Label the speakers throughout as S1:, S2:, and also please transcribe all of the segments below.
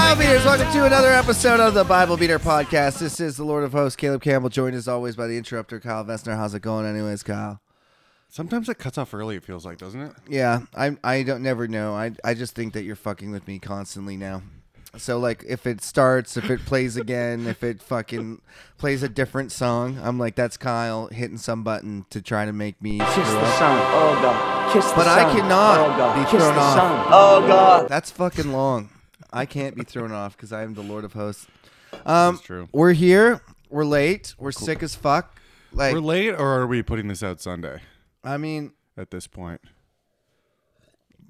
S1: Welcome to another episode of the Bible Beater Podcast. This is the Lord of Hosts, Caleb Campbell, joined as always by the interrupter, Kyle Vestner. How's it going, anyways, Kyle?
S2: Sometimes it cuts off early. It feels like, doesn't it?
S1: Yeah, I I don't never know. I I just think that you're fucking with me constantly now. So like, if it starts, if it plays again, if it fucking plays a different song, I'm like, that's Kyle hitting some button to try to make me. Screw
S3: Kiss the
S1: up.
S3: sun, oh God. Kiss the
S1: But I
S3: sun,
S1: cannot
S3: oh God.
S1: be
S3: Kiss
S1: thrown
S3: the
S1: off.
S3: sun, oh God.
S1: That's fucking long. I can't be thrown off because I am the Lord of Hosts. Um,
S2: That's true.
S1: We're here. We're late. We're sick as fuck. Like,
S2: We're late, or are we putting this out Sunday?
S1: I mean,
S2: At this point,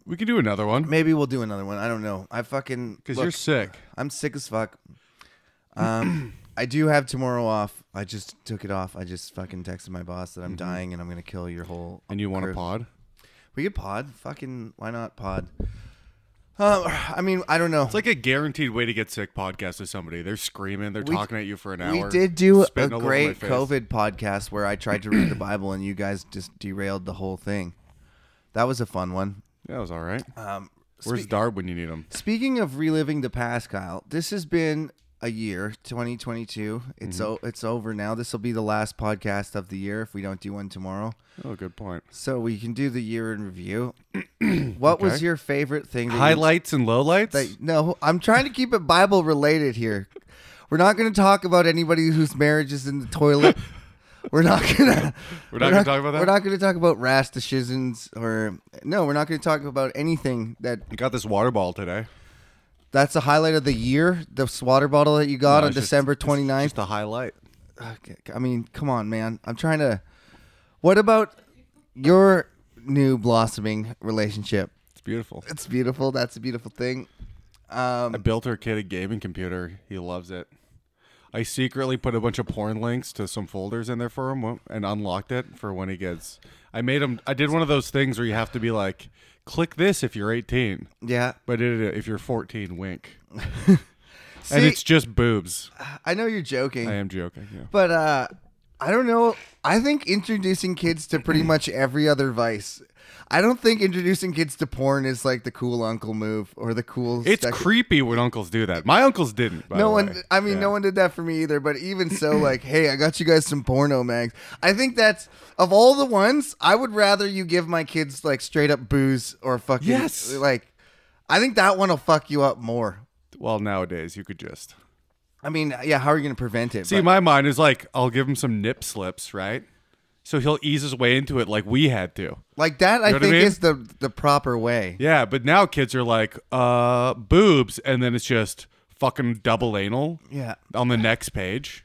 S2: we could do another one
S1: maybe we'll do another one. I don't know. I fucking
S2: because
S1: look,
S2: you're sick.
S1: I'm sick as fuck. Um, I do have tomorrow off. I just took it off. I just fucking texted my boss that I'm dying and I'm gonna kill your whole.
S2: Mm-hmm. And you want
S1: crew.
S2: a pod?
S1: We could pod. Fucking why not pod? Um, I mean, I don't know.
S2: It's like a guaranteed way to get sick. Podcast with somebody. They're screaming. They're
S1: We-
S2: talking at you for an hour.
S1: we did do a
S2: spitting all over my
S1: great
S2: face.
S1: COVID podcast where I tried to read the Bible and you guys just derailed the whole thing. That was a fun one.
S2: That was all right.
S1: Um,
S2: Where's
S1: spe-
S2: Darb when you need him?
S1: Speaking of reliving the past, Kyle, this has been a year, 2022. It's o-
S2: Mm-hmm.
S1: it's over now. This will be the last podcast of the year if we don't do one tomorrow.
S2: Oh, good point.
S1: So we can do the year in review. what was
S2: Okay.
S1: your favorite thing? that you-
S2: Highlights and lowlights.
S1: that- no, I'm trying to keep it Bible related here. We're not going to talk about anybody whose marriage is in the toilet. We're not gonna.
S2: We're not gonna talk about that?
S1: We're not gonna talk about ras decisions or no. We're not gonna talk about anything that
S2: I got this water ball today.
S1: That's the highlight of the year. The water bottle that you got
S2: No,
S1: on
S2: it's just-
S1: December
S2: it's
S1: 29th.
S2: Just a highlight.
S1: Okay, I mean, come on, man. I'm trying to. What about your new blossoming relationship?
S2: It's beautiful.
S1: It's beautiful. That's a beautiful thing.
S2: I
S1: Um,
S2: built her kid a gaming computer. He loves it. I secretly put a bunch of porn links to some folders in there for him wh- and unlocked it for when he gets. I made him. I did one of those things where you have to be like, click this if you're 18,
S1: yeah.
S2: but it, if you're 14, wink. and
S1: See-
S2: it's just boobs.
S1: I know you're joking,
S2: I am joking. Yeah.
S1: but uh, I don't know. I think introducing kids to pretty much every other vice. I don't think introducing kids to porn is like the cool uncle move or the cool.
S2: It's
S1: second-
S2: creepy when uncles do that. My uncles didn't. By
S1: no
S2: the
S1: one
S2: way.
S1: i mean
S2: Yeah.
S1: no one did that for me either but even so like hey i got you guys some porno mags i think that's of all the ones i would rather you give my kids like straight up booze or fucking
S2: Yes.
S1: like i think that one will fuck you up more
S2: Well, nowadays you could just.
S1: i mean yeah how are you gonna prevent it
S2: See,
S1: But-
S2: my mind is like, I'll give him some nip slips, right? So he'll ease his way into it like we had to.
S1: like that i
S2: know what I
S1: think
S2: mean?
S1: is the the proper way
S2: Yeah, but now kids are like, uh, boobs, and then it's just fucking double anal
S1: yeah
S2: on the next page.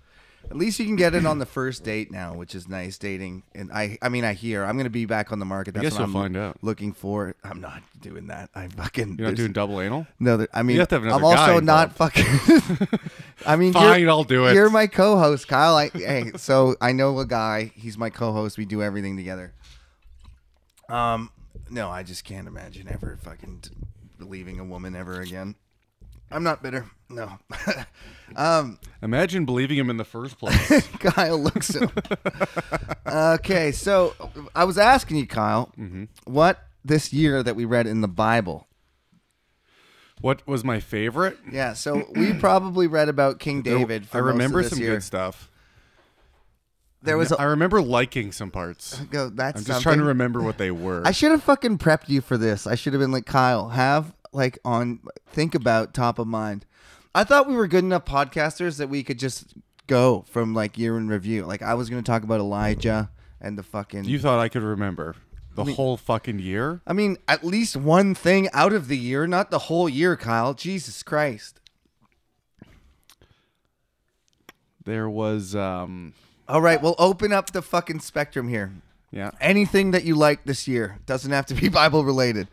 S1: at least you can get it on the first date now which is nice dating and i i mean i hear i'm gonna be back on the market that's
S2: guess
S1: what i'm
S2: you'll find out.
S1: looking for i'm not doing that i fucking
S2: You're not
S1: there's-
S2: doing double anal?
S1: No, there- I mean,
S2: have to have
S1: I'm
S2: another guy
S1: also not fucking. I mean,
S2: Fine,
S1: you're-
S2: I'll do it.
S1: You're my co-host, Kyle. I, hey, so I know a guy. He's my co-host. We do everything together. Um, no, I just can't imagine ever fucking t- leaving a woman ever again. I'm not bitter. No. um,
S2: Imagine believing him in the first place.
S1: Kyle looks. him. okay, so I was asking you, Kyle,
S2: Mm-hmm.
S1: what this year that we read in the Bible
S2: what was my favorite?
S1: Yeah, so we probably read about King David. For
S2: I remember
S1: most of this
S2: some
S1: year.
S2: good stuff.
S1: There was.
S2: I
S1: A,
S2: remember liking some parts.
S1: go, that's
S2: I'm just
S1: something.
S2: trying to remember what they were.
S1: I should have fucking prepped you for this. I should have been like Kyle, have like on think about top of mind. I thought we were good enough podcasters that we could just go from like year in review. Like I was going to talk about Elijah and the fucking.
S2: you thought I could remember the whole fucking year?
S1: I mean, at least one thing out of the year, not the whole year, Kyle. Jesus Christ.
S2: There was, um,
S1: All right, we'll open up the fucking spectrum here.
S2: yeah.
S1: Anything that you like this year doesn't have to be Bible related.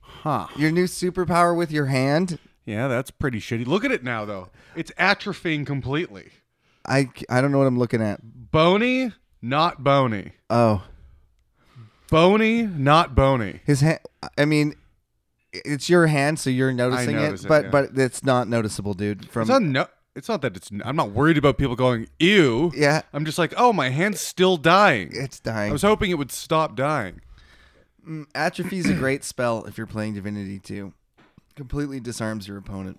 S2: Huh.
S1: Your new superpower with your hand?
S2: Yeah, that's pretty shitty. Look at it now, though. It's atrophying completely.
S1: I, I don't know what I'm looking at.
S2: Bony, not bony.
S1: Oh,
S2: Bony, not bony.
S1: his hand. I mean, it's your hand, so you're noticing it,
S2: notice it,
S1: but
S2: yeah.
S1: but it's not noticeable, dude. From
S2: It's not no. It's not that it's. I'm not worried about people going ew.
S1: Yeah.
S2: I'm just like, oh, my hand's still dying.
S1: it's
S2: I
S1: dying.
S2: was hoping it would stop dying.
S1: Atrophy's a great spell if you're playing Divinity 2. Completely disarms your opponent.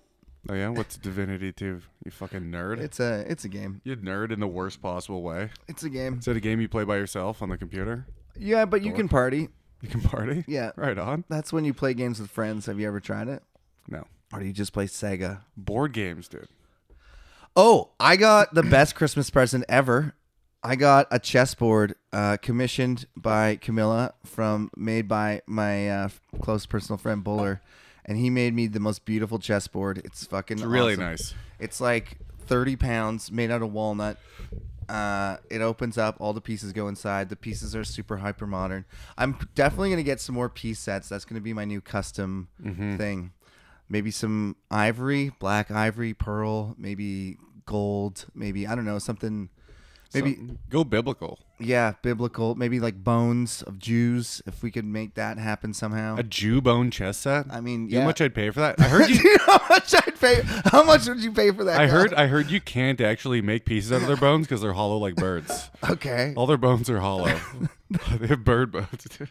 S2: Oh yeah, what's Divinity Two? You fucking nerd.
S1: It's a it's a game.
S2: you nerd in the worst possible way.
S1: It's a game.
S2: Is that a game you play by yourself on the computer?
S1: Yeah, but you can party.
S2: You can party.
S1: Yeah.
S2: Right on.
S1: That's when you play games with friends. Have you ever tried it?
S2: No.
S1: Or do you just play Sega?
S2: Board games, dude.
S1: Oh, I got the best Christmas present ever. I got a chessboard uh, commissioned by Camilla from made by my uh, close personal friend Buller, and he made me the most beautiful chessboard. It's fucking
S2: Really
S1: awesome.
S2: nice.
S1: It's like 30 pounds made out of walnut. Uh, it opens up, all the pieces go inside. The pieces are super hyper modern. I'm definitely going to get some more piece sets. That's going to be my new custom
S2: Mm-hmm.
S1: thing. Maybe some ivory, black ivory, pearl, maybe gold, maybe, I don't know, something. Maybe,
S2: Something- go biblical.
S1: yeah, biblical. Maybe like bones of Jews, if we could make that happen somehow.
S2: A Jew bone chess set.
S1: I mean,
S2: You know
S1: yeah.
S2: how much I'd pay for that? I heard
S1: Do
S2: you.
S1: you know how much I'd pay? How much would you pay for that?
S2: I
S1: guy?
S2: heard. I heard you can't actually make pieces out of their bones because they're hollow like birds.
S1: Okay.
S2: All their bones are hollow. they have bird bones, dude.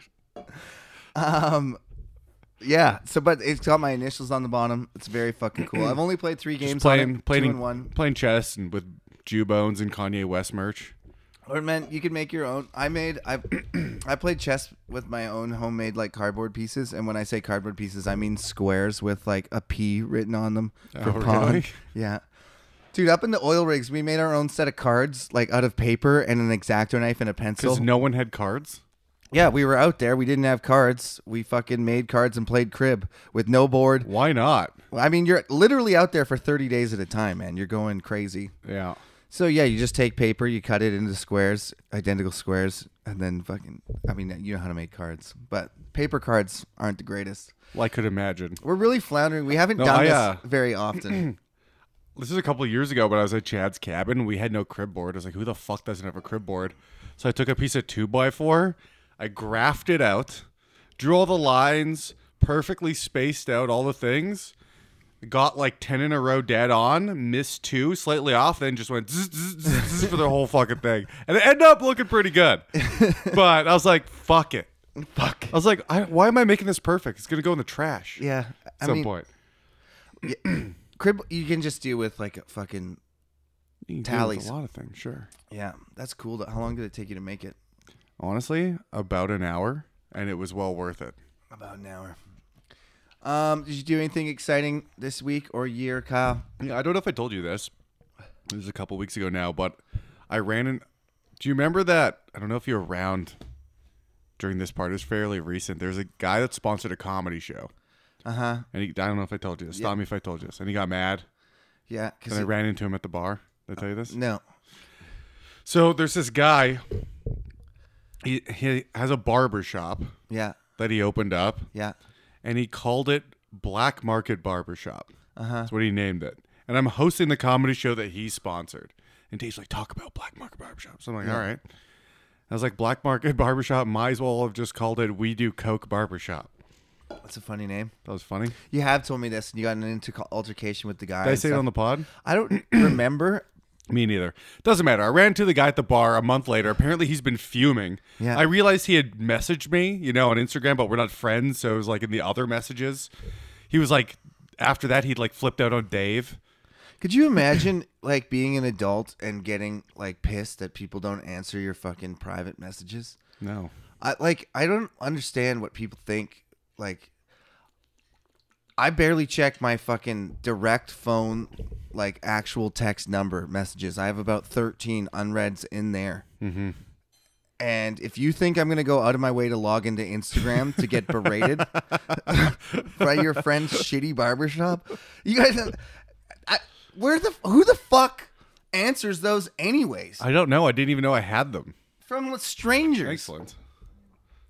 S1: Yeah. So, but it's got my initials on the bottom. It's very fucking cool. I've only played three games. on
S2: Playing,
S1: it, two
S2: playing,
S1: and one.
S2: playing chess and with Jew bones and Kanye West merch.
S1: Or man, you could make your own. I made. I I played chess with my own homemade like cardboard pieces. And when I say cardboard pieces, I mean squares with like a P written on them for
S2: Oh,
S1: pawn.
S2: really?
S1: Yeah. Dude, up in the oil rigs, we made our own set of cards, like out of paper and an exacto knife and a pencil.
S2: Because no one had cards.
S1: yeah, we were out there. We didn't have cards. We fucking made cards and played crib with no board.
S2: Why not?
S1: Well, I mean, you're literally out there for 30 days at a time, man. You're going crazy.
S2: Yeah.
S1: So yeah, you just take paper, you cut it into squares, identical squares, and then fucking I mean, you know how to make cards, but paper cards aren't the greatest.
S2: Well, I could imagine.
S1: We're really floundering. We haven't
S2: No,
S1: done
S2: I,
S1: this
S2: uh,
S1: very often.
S2: This is a couple of years ago, but I was at Chad's cabin. We had no crib board. I was like, who the fuck doesn't have a crib board? So I took a piece of two by four, I graphed it out, drew all the lines, perfectly spaced out all the things, got like 10 in a row dead on, missed two, slightly off, then just went zzz, zzz, zzz, zzz for the whole fucking thing. And it ended up looking pretty good. but I was like, fuck it.
S1: Fuck.
S2: I was like, I, why am I making this perfect? It's going to go in the trash
S1: Yeah. I
S2: at some
S1: mean,
S2: point.
S1: crib you can just do with like a fucking
S2: You can do it with
S1: tallies.
S2: A lot of things, sure.
S1: Yeah, that's cool. though. How long did it take you to make it?
S2: Honestly, about an hour, and it was well worth it.
S1: About an hour. Um, did you do anything exciting this week or year, Kyle?
S2: Yeah, I don't know if I told you this. This was a couple weeks ago now, but I ran in. Do you remember that? I don't know if you're around during this part. It's fairly recent. There's a guy that sponsored a comedy show,
S1: Uh huh.
S2: and he, I don't know if I told you this. Stop me if I told you this. And he got mad,
S1: Yeah,
S2: and I
S1: because
S2: ran into him at the bar. Did I tell you this?
S1: no.
S2: So there's this guy. He he has a barber shop
S1: Yeah,
S2: that he opened up.
S1: yeah.
S2: and he called it Black Market Barbershop.
S1: Uh-huh.
S2: That's what he named it. And I'm hosting the comedy show that he sponsored. And Dave's like, talk about Black Market Barbershop. So I'm like, all right. I was like, Black Market Barbershop might as well have just called it We Do Coke Barbershop.
S1: That's a funny name.
S2: That was funny. Did
S1: You have told me this, and you got into co- altercation with the guy.
S2: I
S1: and
S2: say it
S1: stuff.
S2: on the pod?
S1: I don't remember.
S2: Me neither. Doesn't matter. I ran to the guy at the bar a month later. Apparently, he's been fuming.
S1: Yeah.
S2: I realized he had messaged me, you know, on Instagram, but we're not friends. So it was like in the other messages. He was like, after that, he'd like flipped out on Dave.
S1: Could you imagine like being an adult and getting like pissed that people don't answer your fucking private messages?
S2: No.
S1: I like I don't understand what people think like I barely check my fucking direct phone like actual text number messages. I have about 13 unreads in there. Mhm. And if you think I'm going to go out of my way to log into Instagram to get berated by your friend's shitty barbershop, you guys uh, I, where the who the fuck answers those anyways?
S2: I don't know. I didn't even know I had them.
S1: From strangers.
S2: Excellent.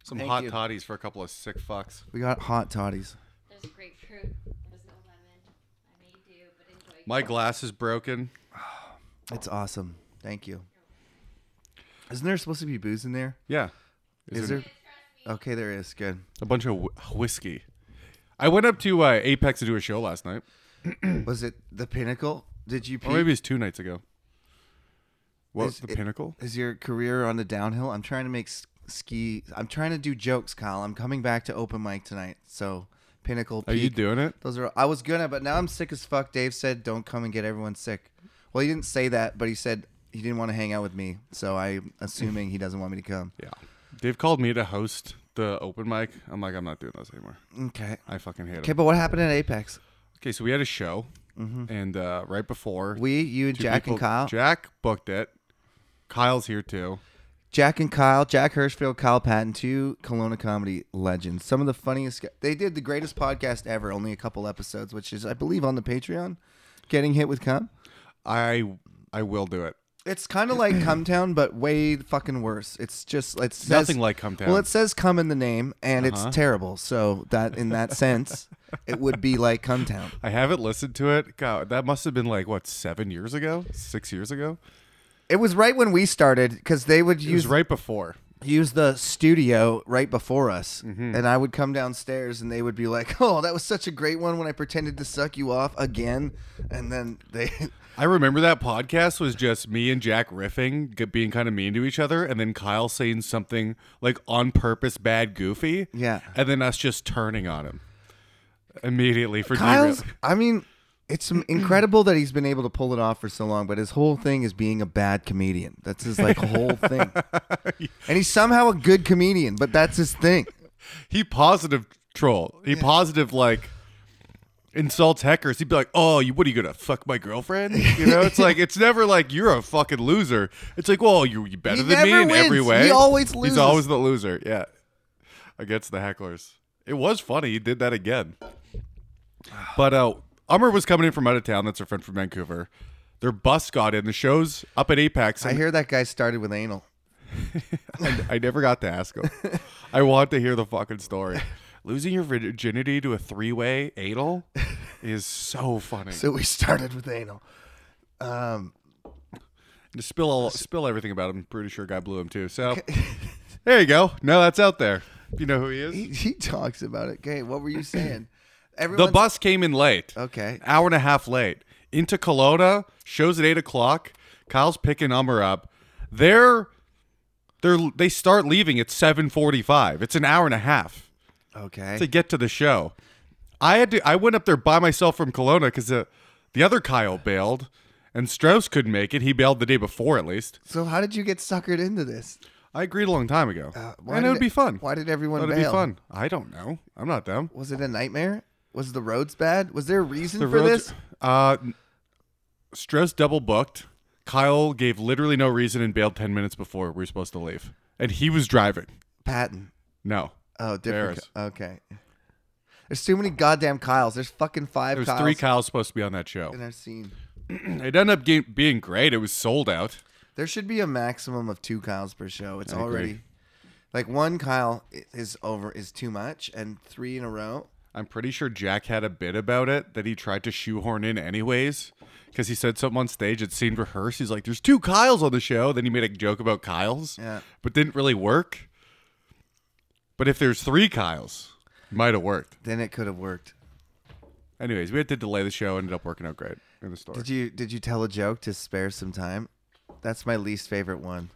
S2: Some
S1: Thank
S2: hot
S1: you.
S2: toddies for a couple of sick fucks.
S1: We got hot toddies.
S4: There's a grapefruit. There's no lemon. I may do, but enjoy.
S2: My glass is broken.
S1: It's awesome. Thank you. Isn't there supposed to be booze in there?
S2: Yeah.
S1: Is there? Okay, there is. Good.
S2: A bunch of wh- whiskey. I went up to uh, Apex to do a show last night.
S1: Was it the pinnacle? Did you? Peak?
S2: Hmm. Or maybe it's two nights ago. What
S1: Is
S2: the
S1: it-
S2: pinnacle?
S1: Is your career on the downhill? I'm trying to make s- ski. I'm trying to do jokes, Kyle. I'm coming back to open mic tonight, so pinnacle.
S2: Are Oh, you
S1: peak.
S2: doing it?
S1: Those are. I was gonna, but now I'm sick as fuck. Dave said, "Don't come and get everyone sick." Well, he didn't say that, but he said he didn't want to hang out with me. So I'm assuming he doesn't want me to come.
S2: Yeah. Dave called me to host the open mic. I'm like, I'm not doing those anymore.
S1: Okay.
S2: I fucking hate
S1: Okay,
S2: it.
S1: but what happened at Apex?
S2: Okay, so we had a show, and uh, right before
S1: Mm-hmm. We, you,
S2: two
S1: Jack
S2: people-
S1: and Kyle.
S2: Jack booked it. Kyle's here too.
S1: Jack and Kyle, Jack Hirschfield, Kyle Patton, two Kelowna comedy legends. Some of the funniest. gu- They did the greatest podcast ever. Only a couple episodes, which is, I believe, on the Patreon. Getting hit with cum.
S2: I I will do it.
S1: It's kind of like Come Town, but way fucking worse. It's just it says,
S2: Nothing like Come Town.
S1: Well, it says "come" in the name, and
S2: Uh-huh.
S1: it's terrible. So that in that sense, it would be like Come Town.
S2: I haven't listened to it. God, that must have been like what seven years ago, six years ago.
S1: It was right when we started because they would
S2: It was
S1: use
S2: right before.
S1: use the studio right before us, and I would come downstairs, and they would be like, "Oh, that was such a great one when I pretended to suck you off again," and then they.
S2: I remember that podcast was just me and Jack riffing, g- being kind of mean to each other, and then Kyle saying something like on purpose bad, goofy.
S1: Yeah.
S2: and then us just turning on him immediately for
S1: Kyle's.
S2: derail-
S1: I mean, it's incredible that he's been able to pull it off for so long. But his whole thing is being a bad comedian. That's his like whole thing. And he's somehow a good comedian, but that's his thing.
S2: He positive troll. He positive like insults heckers. He'd be like, "Oh, you what are you gonna fuck my girlfriend?" You know, it's like it's never like you're a fucking loser. It's like, well, you you better
S1: He
S2: than me
S1: never
S2: in every
S1: wins.
S2: way.
S1: He always
S2: He's
S1: loses.
S2: always the loser. Yeah, against the hecklers. It was funny. He did that again. But uh, Ummer was coming in from out of town. That's her friend from Vancouver. Their bus got in. The show's up at Apex.
S1: I
S2: and-
S1: hear that guy started with anal.
S2: I, I never got to ask him. I want to hear the fucking story. Losing your virginity to a three-way anal is so funny.
S1: So we started with anal. Um,
S2: And to spill all, spill everything about him. Pretty sure guy blew him too. So there you go. Now that's out there. You know who he is.
S1: he, he talks about it. Okay, what were you saying?
S2: The
S1: Everyone.
S2: bus came in late.
S1: Okay.
S2: hour and a half late into Kelowna. Shows at eight o'clock. Kyle's picking Ummer up. They're they're they start leaving at seven forty-five. It's an hour and a half.
S1: okay.
S2: to get to the show. I had to. I went up there by myself from Kelowna because the, the other Kyle bailed, and Strauss couldn't make it. He bailed the day before, at least.
S1: So how did you get suckered into this?
S2: I agreed a long time ago,
S1: Uh, why
S2: and it
S1: did
S2: would be fun.
S1: Why did everyone
S2: It'd
S1: bail?
S2: be fun. I don't know. I'm not them.
S1: Was it a nightmare? Was the roads bad? Was there a reason for
S2: roads-
S1: this?
S2: Uh, Strauss double booked. Kyle gave literally no reason and bailed ten minutes before we were supposed to leave, and he was driving.
S1: Patton.
S2: No,
S1: Oh, different.
S2: Barris.
S1: Okay. There's too many goddamn Kyles. There's fucking five
S2: there was
S1: Kyles
S2: three Kyles supposed to be on that show.
S1: in our scene.
S2: It ended up ge- being great. It was sold out.
S1: There should be a maximum of two Kyles per show. It's
S2: I agree.
S1: already like one Kyle i- is over is too much, and three in a row.
S2: I'm pretty sure Jack had a bit about it that he tried to shoehorn in anyways because he said something on stage. It seemed rehearsed. He's like, "There's two Kyles on the show." Then he made a joke about Kyles,
S1: Yeah.
S2: but didn't really work. But if there's three Kyles, it might have worked.
S1: Then it could have worked.
S2: Anyways, we had to delay the show. Ended up working out great in the story.
S1: Did you did you tell a joke to spare some time? That's my least favorite one.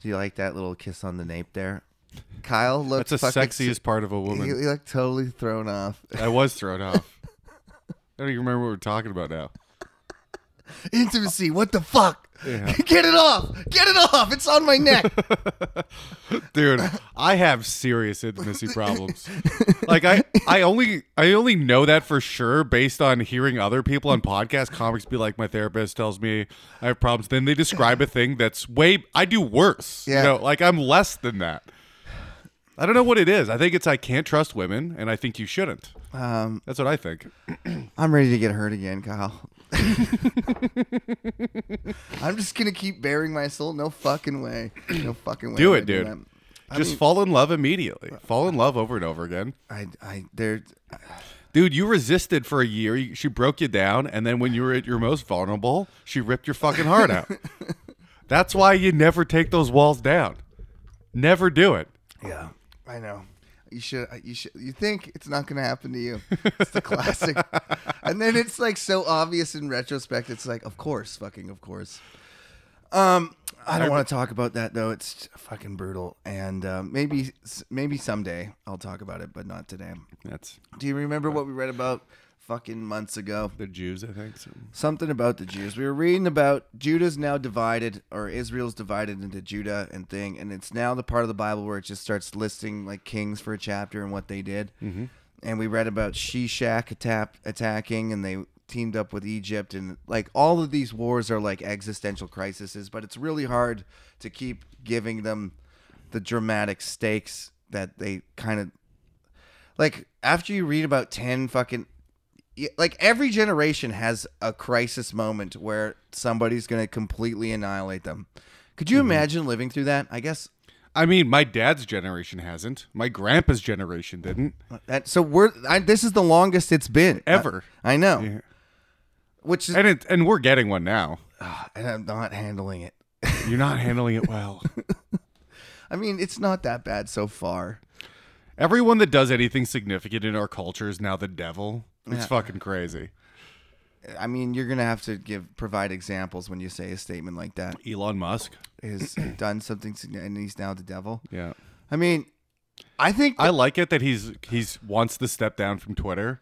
S1: Do you like that little kiss on the nape there? Kyle looked
S2: That's the
S1: fucking
S2: sexiest part of
S1: He,
S2: a woman.
S1: he looked totally thrown off.
S2: I was thrown off. I don't even remember what we're talking about now.
S1: Intimacy, what the fuck?
S2: Yeah.
S1: Get it off! Get it off! It's on my neck.
S2: dude i have serious intimacy problems like i i only i only know that for sure based on hearing other people on podcast comics be like my therapist tells me i have problems then they describe a thing that's way i do worse
S1: Yeah.
S2: you know like i'm less than that i don't know what it is i think it's i can't trust women and i think you shouldn't
S1: um,
S2: that's what i think
S1: I'm ready to get hurt again, Kyle. I'm just gonna keep bearing my soul. No fucking way. No fucking way.
S2: Do
S1: would I
S2: it, dude.
S1: that. I
S2: just
S1: mean,
S2: fall in love immediately fall in love over and over again
S1: I, I, there.
S2: Dude, you resisted for a year. You- She broke you down, and then when you were at your most vulnerable, she ripped your fucking heart out. That's why you never take those walls down. Never do it.
S1: Yeah, I know. You should. uh, You should. You think it's not gonna happen to you? It's the classic. and then it's like so obvious in retrospect. It's like, of course, fucking, of course. Um, I don't want to talk about that though. It's fucking brutal, and uh, maybe maybe someday I'll talk about it, but not today.
S2: That's
S1: Do you remember what we read about fucking months ago?
S2: the Jews, I think. So.
S1: Something about the Jews. We were reading about Judah's now divided, or Israel's divided into Judah and thing, and it's now the part of the Bible where it just starts listing like kings for a chapter and what they did. Mm-hmm. And we read about Shishak attack, attacking, and they teamed up with Egypt, and like all of these wars are like existential crises, but it's really hard to keep giving them the dramatic stakes that they kind of like after you read about 10 fucking y- like every generation has a crisis moment where somebody's going to completely annihilate them could you
S2: Mm-hmm.
S1: imagine living through that i guess
S2: I mean, my dad's generation hasn't. My grandpa's generation didn't.
S1: uh, that so we're I, this is the longest it's been
S2: Ever.
S1: i, I know
S2: Yeah.
S1: which is
S2: And it, and we're getting one now.
S1: and i'm not handling it
S2: You're not handling it well.
S1: i mean it's not that bad so far
S2: Everyone that does anything significant in our culture is now the devil. It's
S1: Yeah.
S2: fucking crazy.
S1: i mean you're going to have to give provide examples when you say a statement like that
S2: Elon Musk.
S1: has done something signi- and he's now the devil
S2: Yeah.
S1: i mean i think
S2: I like it that he's he's wants to step down from Twitter,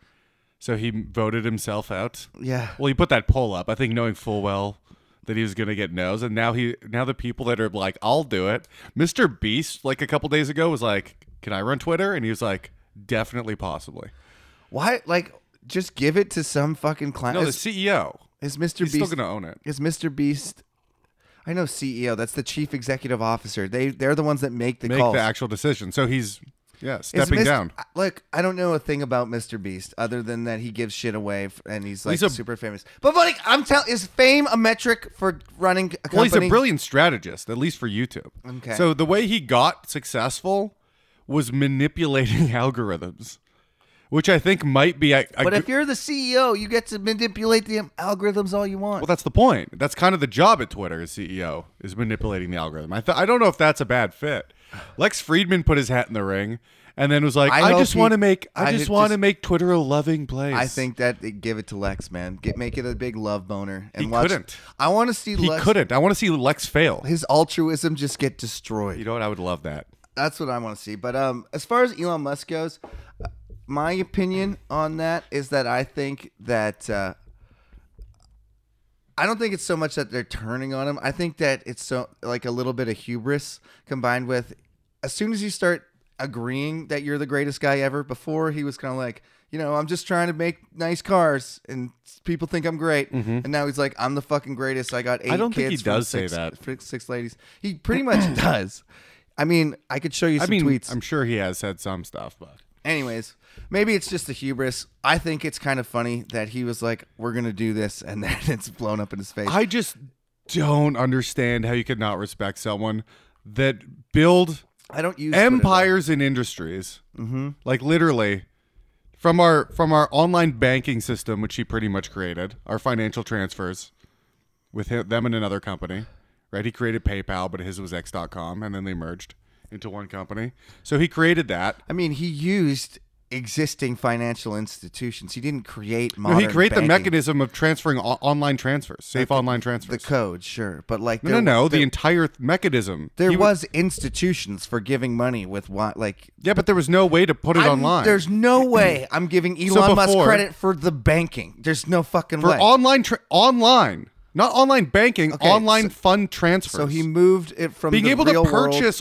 S2: so he voted himself out.
S1: yeah
S2: Well, he put that poll up. I think knowing full well that he was going to get no's, and now he now the people that are like, "I'll do it." Mr. Beast, like a couple days ago, was like, "Can I run Twitter?" And he was like, "Definitely, possibly."
S1: Why, like, just give it to some fucking clown?
S2: No, the
S1: is,
S2: CEO.
S1: is Mr.
S2: He's
S1: Beast?
S2: still going to own it.
S1: is Mr. Beast? I know CEO. That's the chief executive officer. They they're the ones that make the
S2: Make
S1: calls.
S2: the actual decision. So he's yeah
S1: Is
S2: stepping
S1: Mr.
S2: down.
S1: Look, I don't know a thing about Mr. Beast other than that he gives shit away f- and he's like
S2: He's a-
S1: super famous. But like, I'm telling, is fame a metric for running a company?
S2: Well, he's a brilliant strategist, at least for YouTube.
S1: Okay.
S2: So the way he got successful was manipulating algorithms, which I think might be. A, a
S1: But
S2: g-
S1: if you're the CEO, you get to manipulate the algorithms all you want.
S2: well, that's the point. That's kind of the job at Twitter as CEO is manipulating the algorithm. I th- I don't know if that's a bad fit. Lex Friedman put his hat in the ring, and then was like,
S1: I
S2: "I,
S1: hope
S2: just
S1: he-
S2: want to make,
S1: I
S2: I just
S1: just-
S2: want to make Twitter a loving place."
S1: I think that they give it to Lex, man. Get make it a big love boner. And
S2: He
S1: watch,
S2: couldn't.
S1: I want to see
S2: he
S1: Lex.
S2: couldn't. I want to see Lex fail.
S1: his altruism just get
S2: You
S1: destroyed.
S2: know what? I would love that.
S1: That's what I want to see. But um, as far as Elon Musk goes, uh, my opinion on that is that I think that uh, I don't think it's so much that they're turning on him. I think that it's so like a little bit of hubris combined with as soon as you start agreeing that you're the greatest guy ever. Before he was kind of like. You know, I'm just trying to make nice cars, and people think I'm great. And now he's like, I'm the fucking greatest. I got eight.
S2: Mm-hmm. I don't think he
S1: kids from
S2: does say
S1: six-
S2: that.
S1: for six ladies. He pretty much does. I mean, I could show you
S2: I
S1: some
S2: mean,
S1: tweets.
S2: I'm sure he has said some stuff, but
S1: Anyways, maybe it's just the hubris. I think it's kind of funny that he was like, "We're gonna do this," and then it's blown up in his face.
S2: I just don't understand how you could not respect someone that build
S1: I don't use Twitter, though.
S2: empires and industries,
S1: Mm-hmm.
S2: like literally from our from our online banking system, which he pretty much created, our financial transfers with him, them and another company, right? He created PayPal, but his was X.com, and then they merged into one company. So he created that.
S1: I mean, he used existing financial institutions. He didn't create
S2: No,
S1: modern.
S2: he created the
S1: banking.
S2: mechanism of transferring o- online transfers, safe online
S1: the
S2: transfers.
S1: code, sure, but like
S2: no, no, no. The
S1: there,
S2: entire th- mechanism.
S1: there
S2: He w-
S1: was institutions for giving money with what like.
S2: Yeah, but there was no way to put it
S1: I'm-
S2: online.
S1: There's no way I'm giving Elon Musk
S2: before-
S1: credit for the banking. There's no fucking
S2: for
S1: way.
S2: online, tra- online, not online banking,
S1: Okay,
S2: online
S1: so-
S2: fund transfers.
S1: So he moved it from
S2: being
S1: the
S2: able
S1: real
S2: to
S1: world
S2: purchase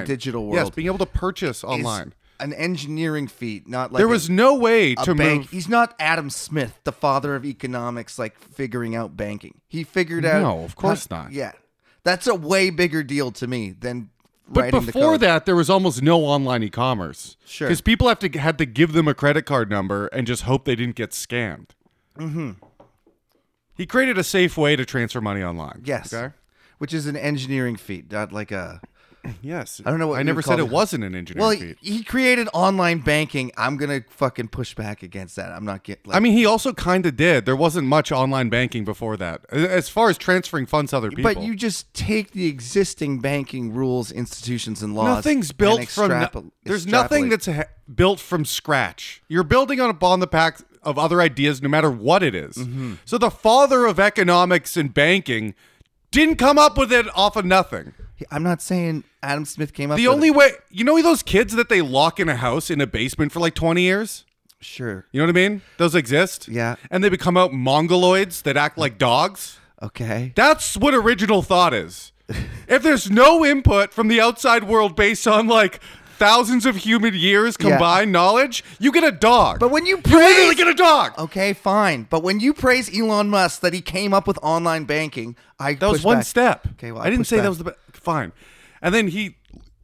S1: to the digital world.
S2: Yes, being able to purchase
S1: is
S2: online.
S1: an engineering feat, not like
S2: there
S1: a-
S2: was no way
S1: a
S2: to
S1: bank.
S2: move.
S1: He's not Adam Smith, the father of economics, like figuring out banking. He figured out.
S2: No, of course not.
S1: Yeah, that's a way bigger deal to me than
S2: But
S1: writing the
S2: before
S1: code.
S2: that, there was almost no online e-commerce.
S1: Sure.
S2: because people have to had to give them a credit card number and just hope they didn't get scammed. Mm-hmm. He created a safe way to transfer money online.
S1: yes,
S2: Okay?
S1: which is an engineering feat, not like a.
S2: Yes.
S1: I don't know what
S2: I
S1: you
S2: never
S1: would
S2: said
S1: call
S2: it
S1: it.
S2: wasn't an engineering
S1: Well,
S2: feat.
S1: he, he created online banking. I'm gonna fucking push back against that. I'm not getting. Like,
S2: I mean, he also kind of did. There wasn't much online banking before that, A- as far as transferring funds to other people.
S1: But you just take the existing banking rules, institutions, and laws.
S2: nothing's
S1: and
S2: built from. no-
S1: extrapo-
S2: there's nothing
S1: extrapolate.
S2: that's ha- built from scratch. You're building on upon the pack of
S1: Mm-hmm.
S2: other ideas, no matter what it is. So the father of economics and banking Didn't come up with it off of nothing.
S1: I'm not saying Adam Smith came up.
S2: The
S1: with
S2: only
S1: it.
S2: way, you know, those kids that they lock in a house in a basement for like 20 years?
S1: sure.
S2: You know what I mean? Those exist.
S1: Yeah.
S2: And they become out mongoloids that act like dogs.
S1: Okay.
S2: That's what original thought is. if there's no input from the outside world based on like thousands of human years
S1: Yeah.
S2: combined knowledge, you get a dog.
S1: But when you Oh,
S2: you literally
S1: praise-
S2: get a dog.
S1: Okay, fine. But when you praise Elon Musk that he came up with online banking, I
S2: that was
S1: push
S2: one
S1: back.
S2: step.
S1: Okay, well,
S2: I didn't
S1: push
S2: say
S1: back.
S2: that was the be- fine. And then he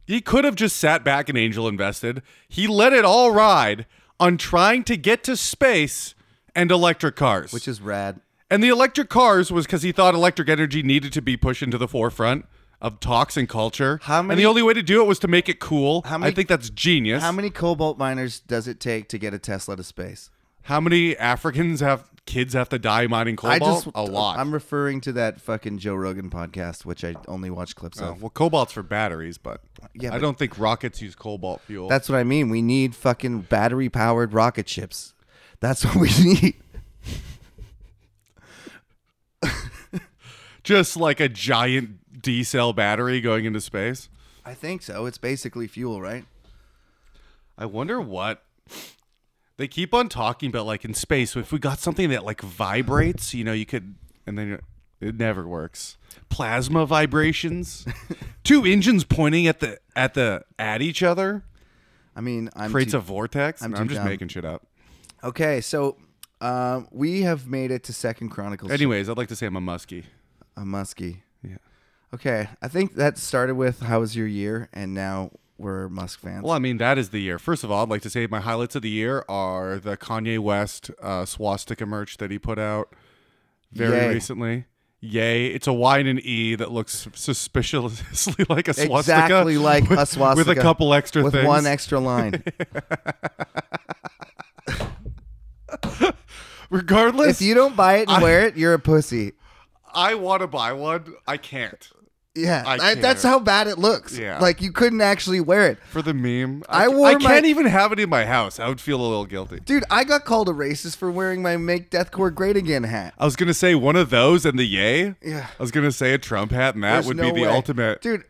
S2: he could have just sat back and angel invested. He let it all ride on trying to get to space and electric cars.
S1: which is rad.
S2: And the electric cars was because he thought electric energy needed to be pushed into the forefront of talks and culture.
S1: How
S2: and
S1: many-
S2: the only way to do it was to make it cool.
S1: How many-
S2: I think that's genius.
S1: How many cobalt miners does it take to get a Tesla to space?
S2: How many Africans have kids have to die mining
S1: I
S2: cobalt?
S1: just
S2: a lot.
S1: I'm referring to that fucking Joe Rogan podcast, which I only watch clips
S2: Uh,
S1: of.
S2: well, cobalt's for batteries, but
S1: Yeah,
S2: I
S1: but-
S2: don't think rockets use cobalt fuel.
S1: That's what I mean. We need fucking battery powered rocket ships. That's what we need.
S2: just like a giant D cell battery going into space.
S1: I think so. It's basically fuel, right?
S2: I wonder what they keep on talking about. Like in space, if we got something that like vibrates, you know, you could, and then you're- it never works. Plasma vibrations, two engines pointing at the at the at each other
S1: I mean, I'm
S2: creates
S1: too-
S2: a vortex.
S1: I'm
S2: I'm,
S1: too
S2: just
S1: dumb.
S2: making shit up.
S1: okay. So uh, we have made it to Second Chronicles.
S2: Anyways, I'd like to say I'm a muskie.
S1: a muskie.
S2: Yeah.
S1: Okay, I think that started with how was your year, and now we're Musk fans.
S2: Well, I mean, that is the year. First of all, I'd like to say my highlights of the year are the Kanye West uh, swastika merch that he put out very
S1: Yay.
S2: recently. Yay. It's a Y and an E that looks suspiciously like a swastika.
S1: Exactly like a swastika.
S2: With a couple extra
S1: with
S2: things.
S1: one extra line. if
S2: Regardless,
S1: you don't buy it and wear it, you're a pussy.
S2: I want to buy one. I can't.
S1: Yeah,
S2: I
S1: I-
S2: care.
S1: that's how bad it looks.
S2: Yeah.
S1: like you couldn't actually wear it.
S2: For the meme,
S1: I
S2: ca-
S1: wore
S2: I
S1: my-
S2: can't even have it in my house. I would feel a little guilty.
S1: Dude, I got called a racist for wearing my "Make Deathcore Great Again" hat.
S2: I was gonna say one of those and the yay.
S1: Yeah.
S2: I was gonna say a Trump hat, and that
S1: There's
S2: would
S1: no
S2: be the
S1: way.
S2: ultimate.
S1: Dude,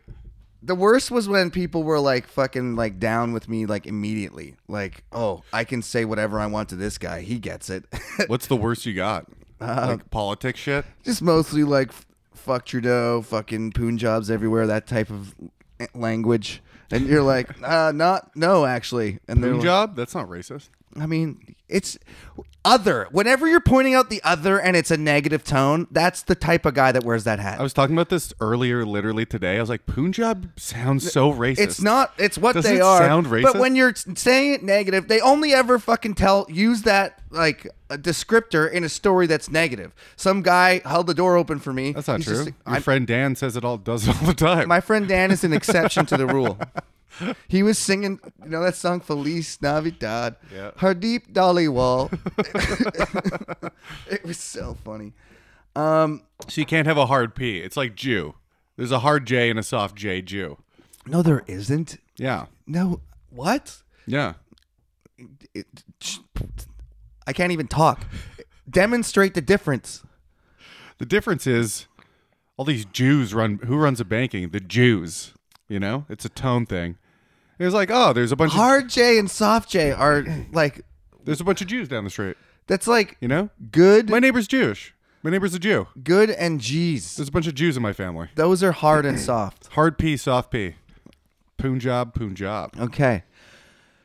S1: the worst was when people were like fucking like down with me like immediately. Like, oh, I can say whatever I want to this guy. He gets it.
S2: What's the worst you got? like politics shit.
S1: Just mostly like f- fuck Trudeau, fucking Punjabs everywhere, that type of language. And you're like, uh, not no, actually. And they're
S2: Moon
S1: like-
S2: job? That's not racist.
S1: I mean, it's other. Whenever you're pointing out the other and it's a negative tone, that's the type of guy that wears that hat.
S2: I was talking about this earlier, literally today. I was like, Punjab sounds so racist.
S1: It's not. It's what
S2: Doesn't
S1: they
S2: it
S1: are.
S2: sound racist?
S1: But when you're s- saying it negative, they only ever fucking tell use that like a descriptor in a story that's negative. Some guy held the door open for me.
S2: That's not
S1: He's
S2: true.
S1: just-
S2: Your
S1: I'm-
S2: friend Dan says it all does it all the time.
S1: my friend Dan is an exception to the rule. He was singing, you know that song Feliz Navidad,
S2: Yeah.
S1: Hardeep Dhaliwal. it was so funny.
S2: so you can't have a hard P. It's like Jew. There's a hard J and a soft J. Jew.
S1: No, there isn't.
S2: Yeah.
S1: No, what?
S2: Yeah.
S1: It, I can't even talk. Demonstrate the difference.
S2: The difference is all these Jews run. Who runs the banking? The Jews. You know, it's a tone thing. It was like, oh, there's a bunch. Of,
S1: hard J and soft J are like
S2: there's a bunch of Jews down the street.
S1: that's like
S2: You know,
S1: good,
S2: my neighbor's Jewish. My neighbor's a Jew.
S1: good and G's.
S2: There's a bunch of Jews in my family.
S1: Those are hard and soft.
S2: Hard P, soft P. Punjab, Punjab.
S1: Okay.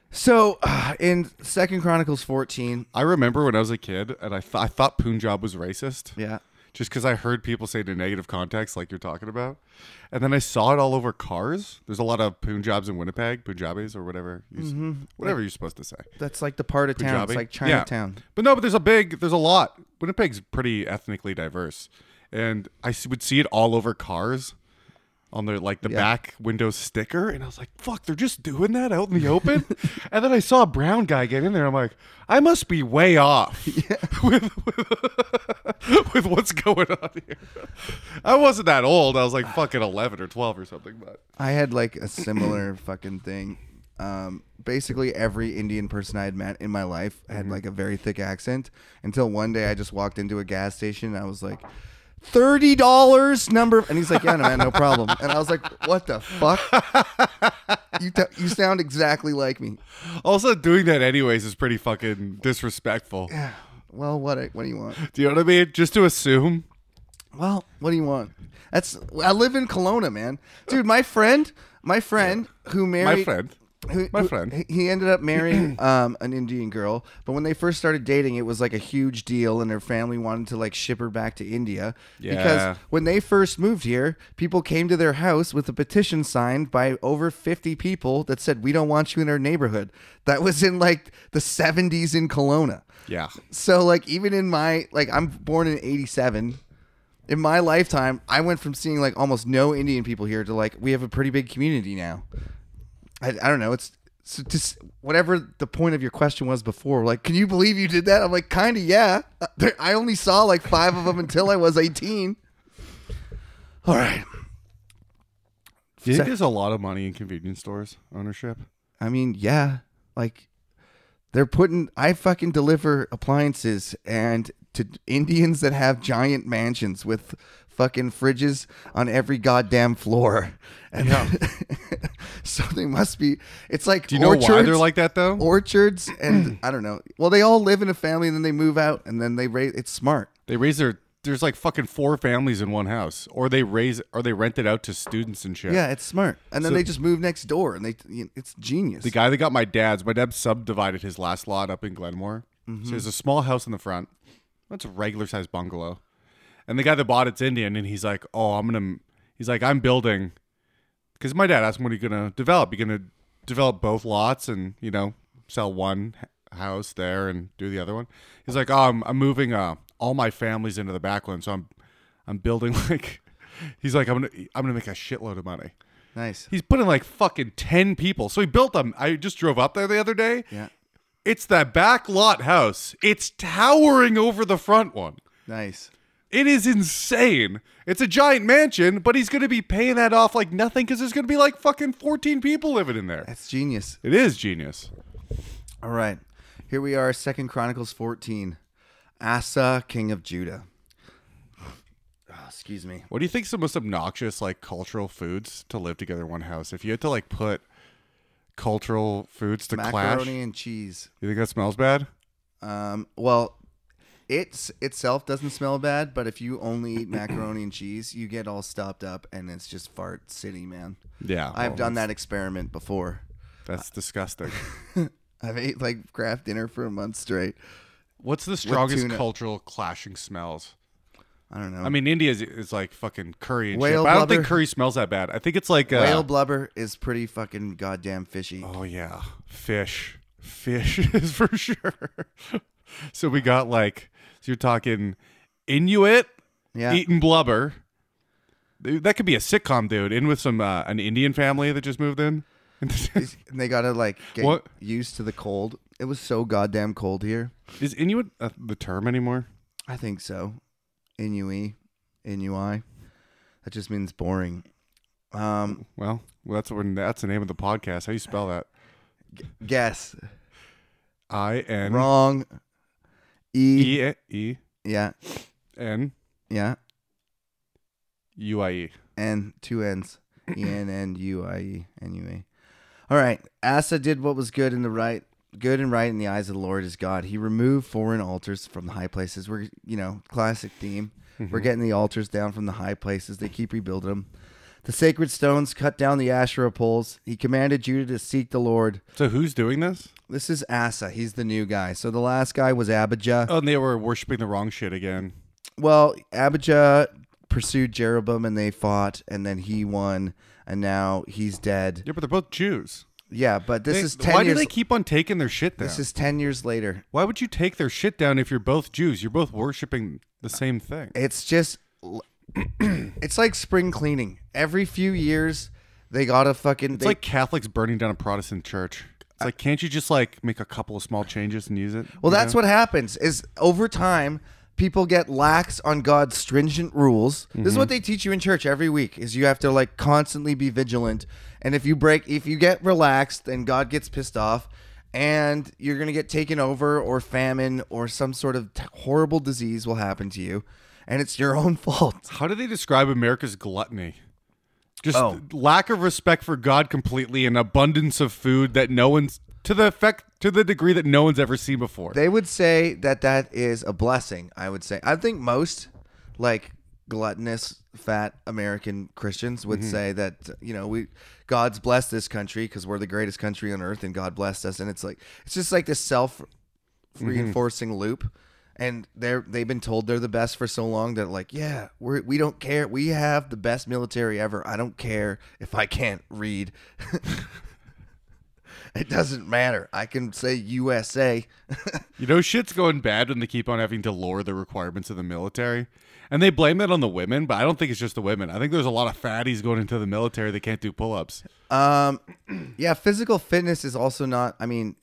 S1: So uh, in Second Chronicles 14,
S2: I remember when I was a kid and I, th- I thought Punjab was racist.
S1: yeah,
S2: Just because I heard people say it in negative context, like you're talking about. And then I saw it all over cars. There's a lot of Punjabs in Winnipeg, Punjabis or whatever. You, s- Whatever you're supposed to say.
S1: that's like the part of town.
S2: Punjabi.
S1: It's like
S2: Yeah.
S1: Chinatown.
S2: But no, but there's a big, there's a lot. Winnipeg's pretty ethnically diverse. And I s- would see it all over cars on their like the
S1: Yeah.
S2: back window sticker and I was like, "Fuck, they're just doing that out in the open?" and then I saw a brown guy get in there. I'm like, "I must be way off with, with with what's going on here." I wasn't that old. I was like fucking 11 or 12 or something, but
S1: I had like a similar fucking thing. Um, basically, every Indian person I had met in my
S2: Mm-hmm.
S1: life had like a very thick accent until one day I just walked into a gas station and I was like, thirty dollars number, and he's like, yeah, no, man, no problem. And I was like, what the fuck? You t- you sound exactly like me.
S2: Also, doing that anyways is pretty fucking disrespectful.
S1: Well, what what do you want?
S2: Do you know what I mean? Just to assume.
S1: Well, what do you want? That's I live in Kelowna, man, dude. My friend, my friend who married
S2: My friend.
S1: who-
S2: My
S1: who-
S2: friend.
S1: He ended up marrying um, an Indian girl, but when they first started dating, it was like a huge deal, and her family wanted to like ship her back to India
S2: Yeah.
S1: because when they first moved here, people came to their house with a petition signed by over fifty people that said, "We don't want you in our neighborhood." That was in like the seventies in Kelowna.
S2: Yeah.
S1: So like even in my like I'm born in 87. In my lifetime, I went from seeing like almost no Indian people here to like we have a pretty big community now. I, I don't know. It's so just whatever the point of your question was before. Like, can you believe you did that? I'm like, kind of yeah. Uh, there- I only saw like five of them until I was 18. All right.
S2: Do you
S1: So-
S2: think there's a lot of money in convenience stores ownership?
S1: I mean, yeah, like they're putting I fucking deliver appliances and to Indians that have giant mansions with fucking fridges on every goddamn floor. And so they must be it's like
S2: Do you know
S1: orchards,
S2: why they're like that though?
S1: orchards and I don't know. Well, they all live in a family and then they move out and then they raise it's smart.
S2: they raise their there's like fucking four families in one house, or they raise or they rent it out to students and shit.
S1: Yeah, it's smart. And then
S2: So-
S1: they just move next door and they you know, it's genius.
S2: The guy that got my dad's, my dad subdivided his last lot up in Glenmore. So there's a small house in the front. That's a regular sized bungalow. And the guy that bought it's Indian, and he's like, "Oh, I'm gonna." He's like, "I'm building," because my dad asked him, "What are you gonna develop? You gonna develop both lots, and you know, sell one h- house there and do the other one?" He's like, "Oh, I'm, I'm moving uh, all my families into the back one, so I'm I'm building like." He's like, "I'm gonna I'm gonna make a shitload of money."
S1: nice.
S2: He's putting like fucking 10 people. So he built them. I just drove up there the other day.
S1: Yeah.
S2: It's that back lot house. It's towering over the front one.
S1: Nice.
S2: It is insane. It's a giant mansion, but he's going to be paying that off like nothing because there's going to be like fucking 14 people living in there.
S1: That's genius.
S2: It is genius.
S1: All right. Here we are, Second Chronicles 14. Asa, king of Judah. Ah, excuse me.
S2: What do you think's the most obnoxious like cultural foods to live together in one house? If you had to like put cultural foods to
S1: Macaroni
S2: clash, you
S1: and cheese.
S2: think that smells bad?
S1: Um, well, it's itself doesn't smell bad, but if you only eat macaroni and cheese, you get all stopped up and it's just fart city, man.
S2: Yeah.
S1: I've
S2: well,
S1: done that experiment before.
S2: That's disgusting.
S1: I've ate like craft dinner for a month straight.
S2: What's the strongest
S1: tuna.
S2: cultural clashing smells?
S1: I don't know.
S2: I mean, India is, is like fucking curry and
S1: Whale
S2: shit. But I don't think
S1: blubber.
S2: curry smells that bad. I think it's like uh,
S1: whale blubber is pretty fucking goddamn fishy.
S2: Oh yeah, fish, fish is for sure. so we got like so you're talking Inuit
S1: Yeah.
S2: eating blubber. Dude, That could be a sitcom, dude. In with some uh, an Indian family that just moved in.
S1: Is- and they gotta like get
S2: What?
S1: used to the cold. It was so goddamn cold here.
S2: is Inuit uh, the term anymore?
S1: I think so. E, Inui, Inui. That just means boring. Um,
S2: Well, well that's when that's the name of the podcast. How do you spell that?
S1: guess
S2: I N
S1: wrong. E.
S2: E E
S1: Yeah,
S2: N
S1: yeah,
S2: U I E.
S1: and two N's. E N N U I E N U E. All right. Asa did what was good in the right, good and right in the eyes of the Lord his God. He removed foreign altars from the high places. We're you know classic theme. We're getting the altars down from the high places. They keep rebuilding them. The sacred stones cut down the Asherah poles. He commanded Judah to seek the Lord.
S2: So who's doing this?
S1: This is Asa. He's the new guy. So the last guy was Abijah.
S2: Oh, and they were worshiping the wrong shit again.
S1: Well, Abijah pursued Jeroboam and they fought, and then he won, and now he's dead.
S2: Yeah, but they're both Jews.
S1: Yeah, but this
S2: They-
S1: is ten
S2: why
S1: years.
S2: do they keep on taking their shit down?
S1: this is ten years later.
S2: why would you take their shit down if you're both Jews? You're both worshiping the same thing.
S1: It's just, it's like spring cleaning. Every few years, they gotta fucking.
S2: It's like Catholics burning down a Protestant church. It's like, can't you just like make a couple of small changes and use it?
S1: Well, that's what happens is over time people get lax on God's stringent rules. This is
S2: Mm-hmm.
S1: what they teach you in church every week is you have to like constantly be vigilant and if you break if you get relaxed then God gets pissed off and you're going to get taken over or famine or some sort of t- horrible disease will happen to you and it's your own fault.
S2: How do they describe America's gluttony? Just
S1: Oh.
S2: lack of respect for God completely and abundance of food that no one's to the effect to the degree that no one's ever seen before.
S1: They would say that that is a blessing, I would say. I think most like gluttonous fat American Christians would say that you know, we God's blessed this country cuz we're the greatest country on earth and God blessed us and it's like it's just like this self reinforcing loop and they're they've been told they're the best for so long that like yeah we're, we don't care we have the best military ever i don't care if i can't read it doesn't matter i can say usa
S2: you know shit's going bad when they keep on having to lower the requirements of the military. And they blame that on the women, but I don't think it's just the women. I think there's a lot of fatties going into the military that can't do pull-ups.
S1: Um, yeah, physical fitness is also not. I mean,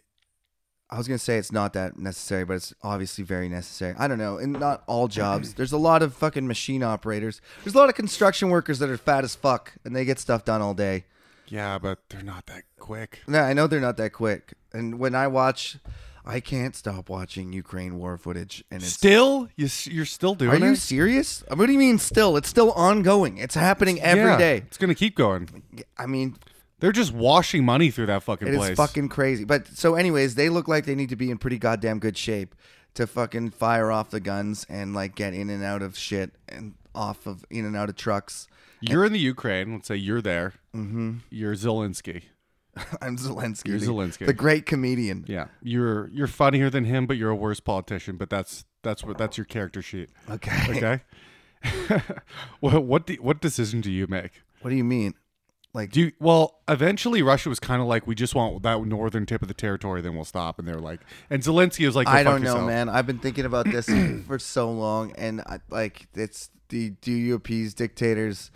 S1: I was gonna say it's not that necessary, but it's obviously very necessary. I don't know, and not all jobs. There's a lot of fucking machine operators. There's a lot of construction workers that are fat as fuck, and they get stuff done all day.
S2: Yeah, but they're not that quick.
S1: No, I know they're not that quick. And when I watch, I can't stop watching Ukraine war footage. And it's
S2: Still, you, s- you're still doing
S1: are
S2: it.
S1: you serious? What do you mean? Still, it's still ongoing. It's happening every
S2: Yeah,
S1: day.
S2: It's gonna keep going.
S1: I mean,
S2: They're just washing money through that fucking
S1: It
S2: place.
S1: is fucking crazy. But so, anyways, they look like they need to be in pretty goddamn good shape to fucking fire off the guns and like get in and out of shit and off of in and out of trucks.
S2: You're in the Ukraine. Let's say you're there. Mm-hmm. You're Zelensky.
S1: I'm Zelensky.
S2: You're
S1: the,
S2: Zelensky.
S1: the great comedian.
S2: Yeah, you're you're funnier than him, but you're a worse politician. But that's that's what that's your character sheet.
S1: Okay.
S2: Okay. what what do, what decision do you make?
S1: What do you mean? Like,
S2: Do you, well, eventually Russia was kind of like, we just want that northern tip of the territory, then we'll stop. And they're like, and Zelensky was like, "Go
S1: I
S2: fuck
S1: don't know,
S2: yourself."
S1: man. I've been thinking about this for so long, and I, like it's the do UP's dictators.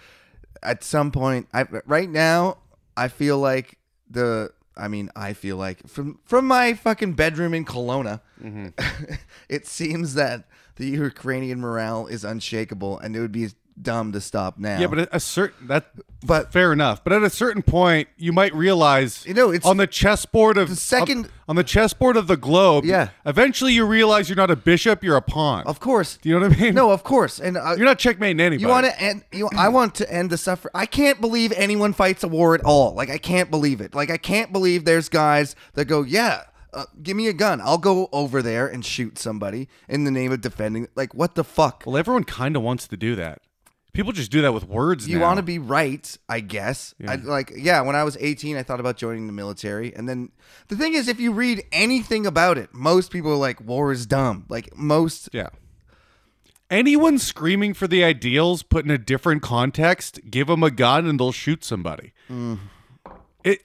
S1: At some point, I right now, I feel like the. I mean, I feel like from from my fucking bedroom in Kelowna,
S2: Mm-hmm.
S1: it seems that the Ukrainian morale is unshakable, and it would be dumb to stop now.
S2: Yeah, but at a certain that
S1: But-
S2: fair enough. But at a certain point, you might realize
S1: You know, it's-
S2: on the chessboard of the
S1: second-
S2: on, the chessboard of the globe.
S1: Yeah.
S2: eventually you realize you're not a bishop, you're a pawn.
S1: of course,
S2: Do you know what I mean?
S1: no, of course, and uh, I,
S2: you're not checkmating anybody.
S1: You want to end? You, I want to end the suffer. I can't believe anyone fights a war at all. Like I can't believe it. Like I can't believe there's guys that go, yeah, uh, give me a gun. I'll go over there and shoot somebody in the name of defending. Like what the fuck?
S2: Well, everyone kind of wants to do that. People just do that with words.
S1: You
S2: now.
S1: want to be right, I guess. I, like, yeah, when I was 18, I thought about joining the military. And then the thing is, if you read anything about it, most people are like, war is dumb. Like, most
S2: Yeah. Anyone screaming for the ideals put in a different context, give them a gun and they'll shoot somebody.
S1: Mm.
S2: It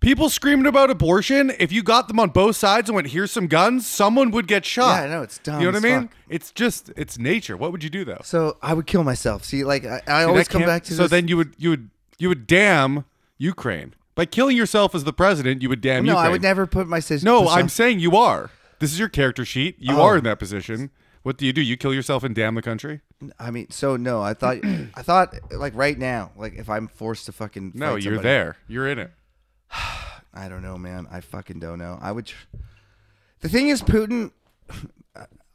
S2: people screaming about abortion, if you got them on both sides and went, here's some guns, someone would get shot.
S1: Yeah, I know, it's dumb
S2: You know
S1: as
S2: what I mean?
S1: fuck.
S2: It's just it's nature. What would you do though?
S1: So I would kill myself. See, like I, I
S2: Dude,
S1: always
S2: that
S1: come
S2: can't-
S1: back to
S2: So
S1: this.
S2: then you would you would you would damn Ukraine. By killing yourself as the president, you would damn
S1: no,
S2: Ukraine.
S1: I would never put myself.
S2: No, I'm saying you are. This is your character sheet. You
S1: Oh.
S2: are in that position. What do you do? You kill yourself and damn the country?
S1: I mean, so no, I thought, I thought, like right now, like if I'm forced to fucking.
S2: No,
S1: fight
S2: you're
S1: somebody-
S2: there. You're in it.
S1: I don't know, man. I fucking don't know. I would. Tr- the thing is, Putin.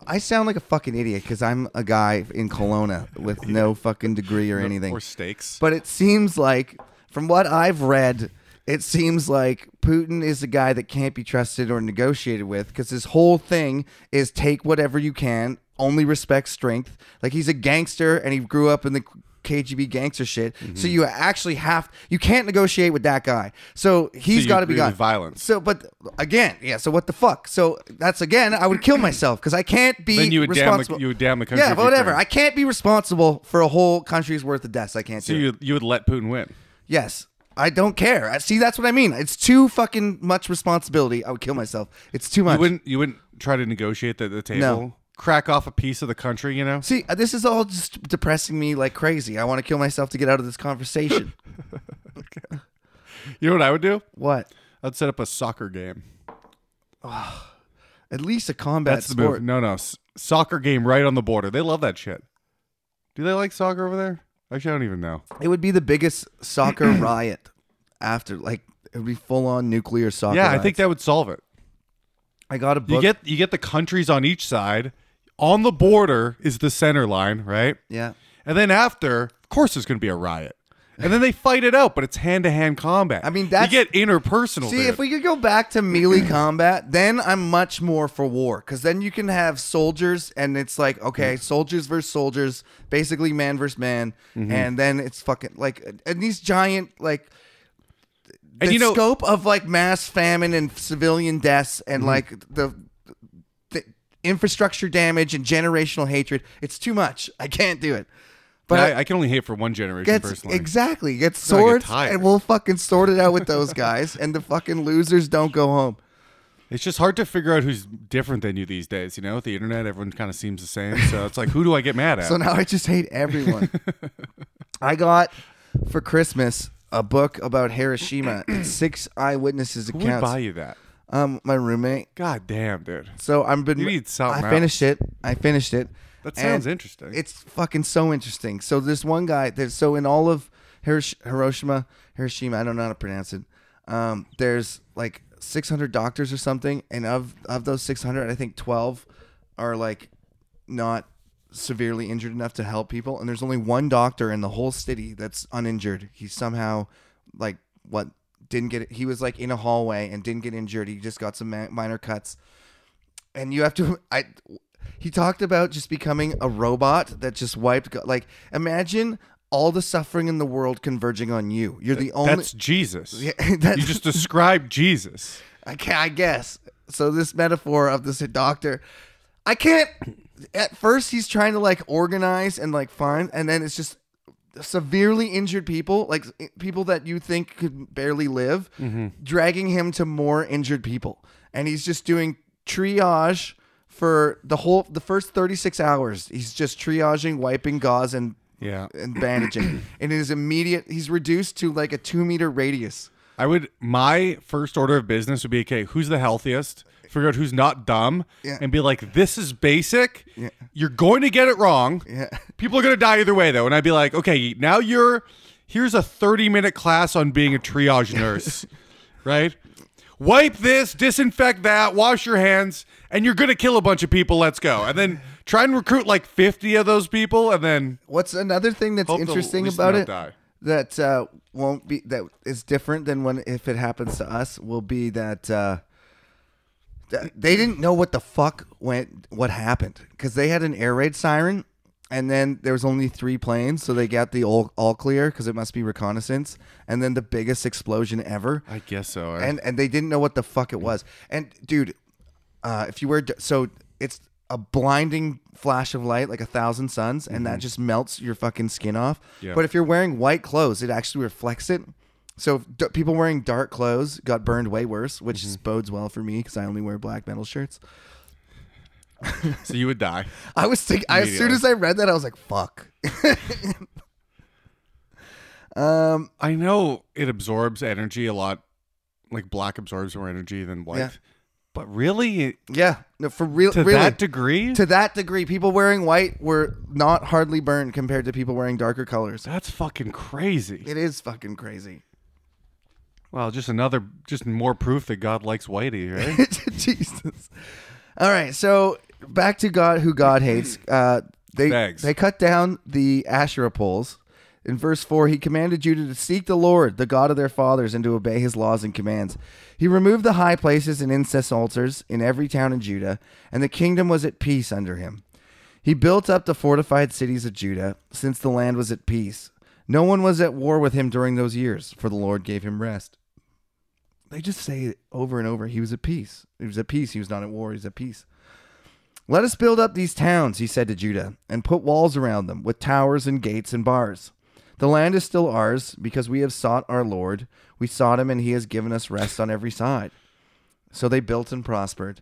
S1: I sound like a fucking idiot because I'm a guy in Kelowna with no fucking degree or anything.
S2: Or stakes.
S1: But it seems like, from what I've read, it seems like Putin is a guy that can't be trusted or negotiated with because his whole thing is take whatever you can, only respect strength. Like he's a gangster and he grew up in the KGB gangster shit.
S2: Mm-hmm.
S1: So you actually have you can't negotiate with that guy. So he's
S2: you
S1: got to be
S2: agree
S1: gone.
S2: with violence.
S1: So, but again, yeah. So what the fuck? So that's again, I would kill myself because I can't be
S2: Then you would damn the-
S1: responsible.
S2: you would damn the country
S1: Yeah,
S2: if
S1: but
S2: you
S1: whatever.
S2: could.
S1: I can't be responsible for a whole country's worth of deaths. I can't
S2: so
S1: do. it.
S2: you you would let Putin win.
S1: Yes. I don't care. I- See, that's what I mean. It's too fucking much responsibility. I would kill myself. It's too
S2: You
S1: much.
S2: wouldn't you wouldn't try to negotiate at the table.
S1: No.
S2: Crack off a piece of the country, you know?
S1: See, uh, this is all just depressing me like crazy. I want to kill myself to get out of this conversation.
S2: You know what I would do?
S1: what?
S2: I'd set up a soccer game.
S1: At least a combat
S2: That's the
S1: sport.
S2: move. No, no. S- soccer game right on the border. They love that shit. Do they like soccer over there? Actually, I don't even know.
S1: It would be the biggest soccer riot after, like, it would be full on nuclear soccer.
S2: yeah, I think
S1: riots.
S2: that would solve it.
S1: I got a book.
S2: You get you get the countries on each side. On the border is the center line, right?
S1: yeah.
S2: And then after, of course, there's going to be a riot. And then they fight it out, but it's hand to hand combat.
S1: I mean, that's-
S2: you get interpersonal.
S1: See,
S2: dude.
S1: if we could go back to melee combat, then I'm much more for war because then you can have soldiers and it's like,
S2: Mm-hmm.
S1: okay, soldiers versus soldiers, basically man versus man,
S2: Mm-hmm.
S1: and then it's fucking like, and these giant, like, the
S2: and you know,
S1: scope of like mass famine and civilian deaths and
S2: Mm-hmm.
S1: like the, the infrastructure damage and generational hatred, it's too much. I can't do it. But
S2: I, I can only hate for one generation
S1: gets
S2: personally.
S1: exactly gets
S2: No, I get
S1: swords
S2: tired.
S1: and we'll fucking sort it out with those guys and the fucking losers don't go home
S2: It's just hard to figure out who's different than you these days. You know, with the internet, everyone kind of seems the same. So it's like, who do I get mad at?
S1: so now i just hate everyone i got for christmas a book about hiroshima six eyewitnesses
S2: who would
S1: accounts
S2: buy you that?
S1: um my roommate
S2: God damn, dude.
S1: so i've been
S2: You need something
S1: i finished
S2: else.
S1: it i finished it
S2: That
S1: And
S2: sounds interesting.
S1: it's fucking so interesting so this one guy there's so in all of Hirosh- hiroshima hiroshima i don't know how to pronounce it um there's like 600 doctors or something and of of those 600 i think 12 are like not severely injured enough to help people and there's only one doctor in the whole city that's uninjured he somehow like what didn't get he was like in a hallway and didn't get injured he just got some ma- minor cuts and you have to i he talked about just becoming a robot that just wiped go- like imagine all the suffering in the world converging on you you're the only
S2: That's Jesus.
S1: Yeah, that's-
S2: you just described Jesus.
S1: I, ca- I guess. So this metaphor of this doctor, I can't. At first, he's trying to like organize and like find, and then it's just severely injured people, like i- people that you think could barely live, dragging him to more injured people, and he's just doing triage for the whole the first 36 hours he's just triaging wiping gauze and
S2: Yeah.
S1: and bandaging and it is immediate he's reduced to like a two meter radius
S2: I would my first order of business would be okay, who's the healthiest? Figure out who's not dumb
S1: Yeah.
S2: and be like, this is basic. You're going to get it wrong.
S1: Yeah.
S2: People are gonna die either way though. And I'd be like, okay, now you're here's a 30 minute class on being a triage nurse. right? Wipe this, disinfect that, wash your hands, and you're gonna kill a bunch of people. Let's go. And then try and recruit like 50 of those people and then
S1: What's another thing that's
S2: Hope the- at
S1: interesting
S2: least
S1: about
S2: not
S1: it
S2: die.
S1: that uh, won't be that is different than when if it happens to us will be that uh, th- they didn't know what the fuck went what happened because they had an air raid siren and then there was only three planes so they got the all, all clear because it must be reconnaissance and then the biggest explosion ever
S2: I guess so. eh?
S1: and and they didn't know what the fuck it was. And dude, uh, if you wear d- so it's a blinding flash of light like a thousand suns, and that just melts your fucking skin off.
S2: Mm-hmm. Yeah.
S1: But if you're wearing white clothes, it actually reflects it. So if d- people wearing dark clothes got burned way worse, which
S2: Mm-hmm.
S1: bodes well for me because I only wear black metal shirts.
S2: so you would die.
S1: I was thinking I- as soon
S2: Immediately.
S1: as I read that, I was like, "Fuck." um,
S2: I know it absorbs energy a lot, like black absorbs more energy than white.
S1: Yeah.
S2: But really,
S1: yeah, no, for real,
S2: to
S1: really,
S2: that degree,
S1: to that degree, people wearing white were not hardly burned compared to people wearing darker colors.
S2: that's fucking crazy.
S1: It is fucking crazy.
S2: well, just another, just more proof that God likes whitey, right?
S1: Jesus. All right, so back to God, who God hates. Uh, they
S2: Thanks.
S1: they cut down the Asherah poles. In verse four, he commanded Judah to seek the Lord, the God of their fathers, and to obey his laws and commands. He removed the high places and incense altars in every town in Judah, and the kingdom was at peace under him. He built up the fortified cities of Judah, since the land was at peace. No one was at war with him during those years, for the Lord gave him rest they just say over and over he was at peace he was at peace he was not at war he was at peace let us build up these towns he said to judah and put walls around them with towers and gates and bars the land is still ours because we have sought our lord we sought him and he has given us rest on every side so they built and prospered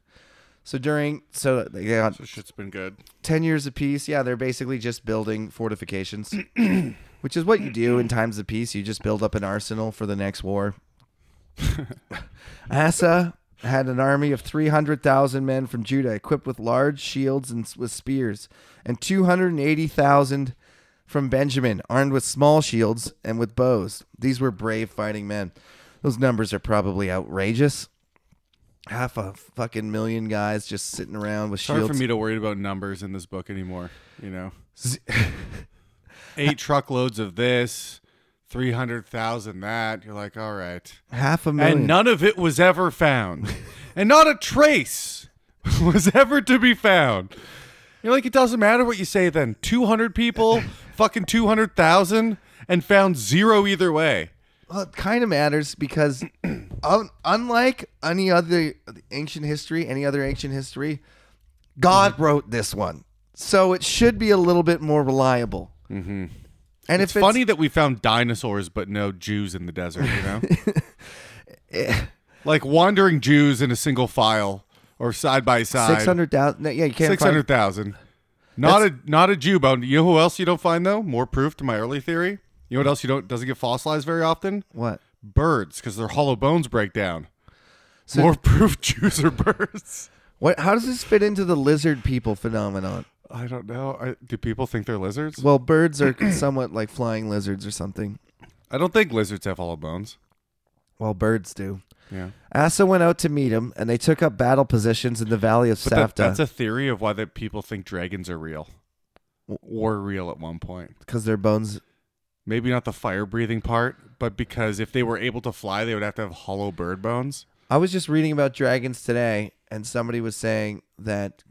S1: so during so they got
S2: so shit's been good.
S1: 10 years of peace yeah they're basically just building fortifications which is what you do in times of peace you just build up an arsenal for the next war asa had an army of 300000 men from judah equipped with large shields and s- with spears and 280000 from benjamin armed with small shields and with bows these were brave fighting men those numbers are probably outrageous half a fucking million guys just sitting around with
S2: It's hard for
S1: shields.
S2: me to worry about numbers in this book anymore. You know,
S1: Z-
S2: eight truckloads of this, three hundred thousand that. You're like, all right,
S1: half a million.
S2: and none of it was ever found, and not a trace was ever to be found. You're like, it doesn't matter what you say. Then two hundred people, fucking two hundred thousand, and found zero either way.
S1: Well, it kind of matters because un- unlike any other ancient history, any other ancient history,
S2: Mm-hmm.
S1: God wrote this one. So it should be a little bit more reliable. Mm-hmm. And
S2: It's,
S1: if it's,
S2: funny that we found dinosaurs but no Jews in the desert, you know? like wandering Jews in a single file or side by side.
S1: six hundred thousand, yeah, you can't.
S2: Six hundred thousand. Not a not a Jew bone. You know who else you don't find though? More proof to my early theory. You know what else you don't doesn't get fossilized very often?
S1: find what?
S2: Birds, because their hollow bones break down.
S1: So-
S2: More proof Jews are birds.
S1: What? How does this fit into the lizard people phenomenon?
S2: I don't know. I, do people think they're lizards?
S1: Well, birds are somewhat like flying lizards or something.
S2: I don't think lizards have hollow bones.
S1: Well, birds do.
S2: Yeah.
S1: Asa went out to meet him, and they took up battle positions in the Valley of
S2: But that-
S1: Safta
S2: that's a theory of why that people think dragons are real, were real at one point.
S1: because their bones.
S2: Maybe not the fire breathing part, but because if they were able to fly, they would have to have hollow bird bones.
S1: I was just reading about dragons today, and somebody was saying that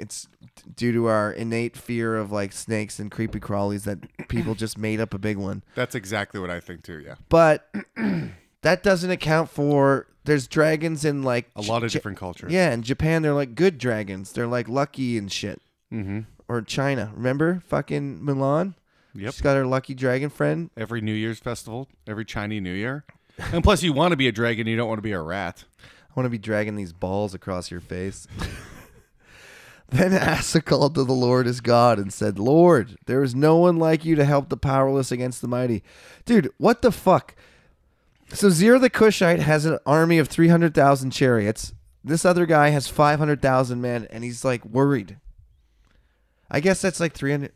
S1: it's due to our innate fear of like snakes and creepy crawlies that people just made up a big one.
S2: That's exactly what I think too. Yeah,
S1: But that doesn't account for there's dragons in like
S2: a lot of
S1: Ja-
S2: different cultures.
S1: Yeah, in Japan they're like good dragons. They're like lucky and shit.
S2: Mm-hmm.
S1: Or China, remember fucking Milan?
S2: Yep.
S1: She's got her lucky dragon friend.
S2: Every New Year's festival, every Chinese New Year, and plus you want to be a dragon, you don't want to be a rat.
S1: I want to be dragging these balls across your face. then Asa called to the Lord his God and said, Lord, there is no one like you to help the powerless against the mighty. Dude, what the fuck? So Zero the Cushite has an army of 300,000 chariots. This other guy has 500,000 men, and he's like worried. I guess that's like 300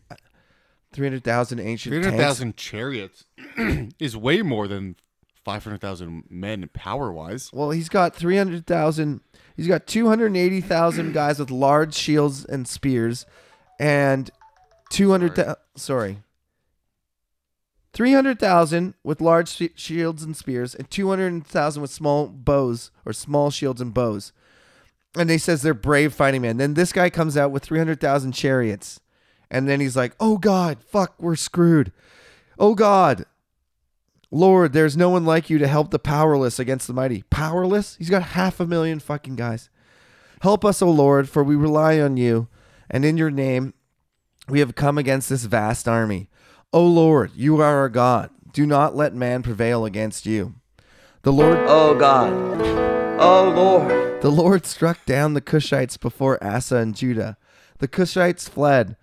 S1: 300,000 ancient
S2: Three hundred
S1: tanks.
S2: thousand chariots is way more than five hundred thousand men power wise.
S1: Well, he's got 300,000. He's got 280,000 guys with large shields and spears and 200 sorry. sorry. 300,000 with large shi- shields and spears and 200,000 with small bows or small shields and bows. And he says they're brave fighting men. Then this guy comes out with 300,000 chariots. And then he's like, "Oh god, fuck, we're screwed." Oh God. Lord, there's no one like you to help the powerless against the mighty. Powerless? He's got half a million fucking guys. Help us, O Lord, for we rely on you, and in your name we have come against this vast army. O Lord, you are our God. Do not let man prevail against you. The Lord
S3: Oh God. Oh Lord.
S1: the Lord struck down the Cushites before Asa and Judah. The Cushites fled,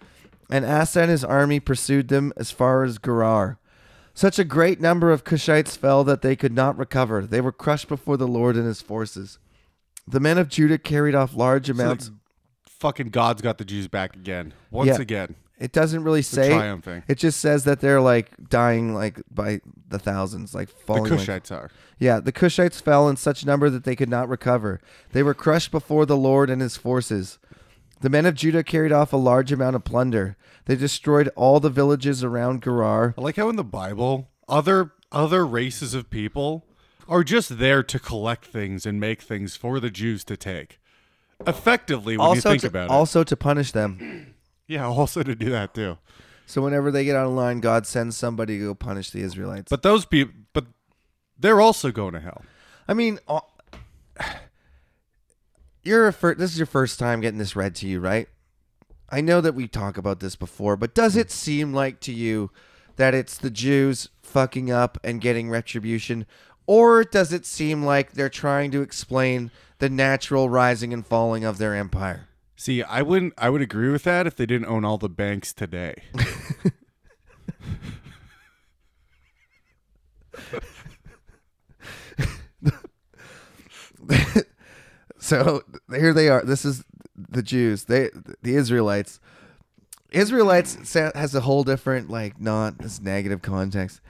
S1: and Asa and his army pursued them as far as Gerar. Such a great number of Cushites fell that they could not recover. They were crushed before the Lord and his forces. The men of Judah carried off large amounts.
S2: Fucking God's got the Jews back again, once
S1: Yeah.
S2: again.
S1: it doesn't really say.
S2: triumphing.
S1: It just says that they're like dying like by the thousands, like
S2: The
S1: falling. like-
S2: Cushites are.
S1: Yeah, the Cushites fell in such number that they could not recover. They were crushed before the Lord and his forces. The men of Judah carried off a large amount of plunder. They destroyed all the villages around Gerar.
S2: I like how in the Bible, other other races of people are just there to collect things and make things for the Jews to take. Effectively, when
S1: also,
S2: you think
S1: to,
S2: about
S1: also to punish them.
S2: it, yeah, also to do that too.
S1: So whenever they get out of line, God sends somebody to go punish the Israelites.
S2: But those people, but they're also going to hell.
S1: I mean, uh, you're a fir- this is your first time getting this read to you, right? I know that we talk about this before, but does it seem like to you that it's the Jews fucking up and getting retribution, or does it seem like they're trying to explain the natural rising and falling of their empire?
S2: See, I wouldn't, I would agree with that if they didn't own all the banks today.
S1: So here they are. This is the Jews. They the Israelites. Israelites sa- has a whole different like not this negative context.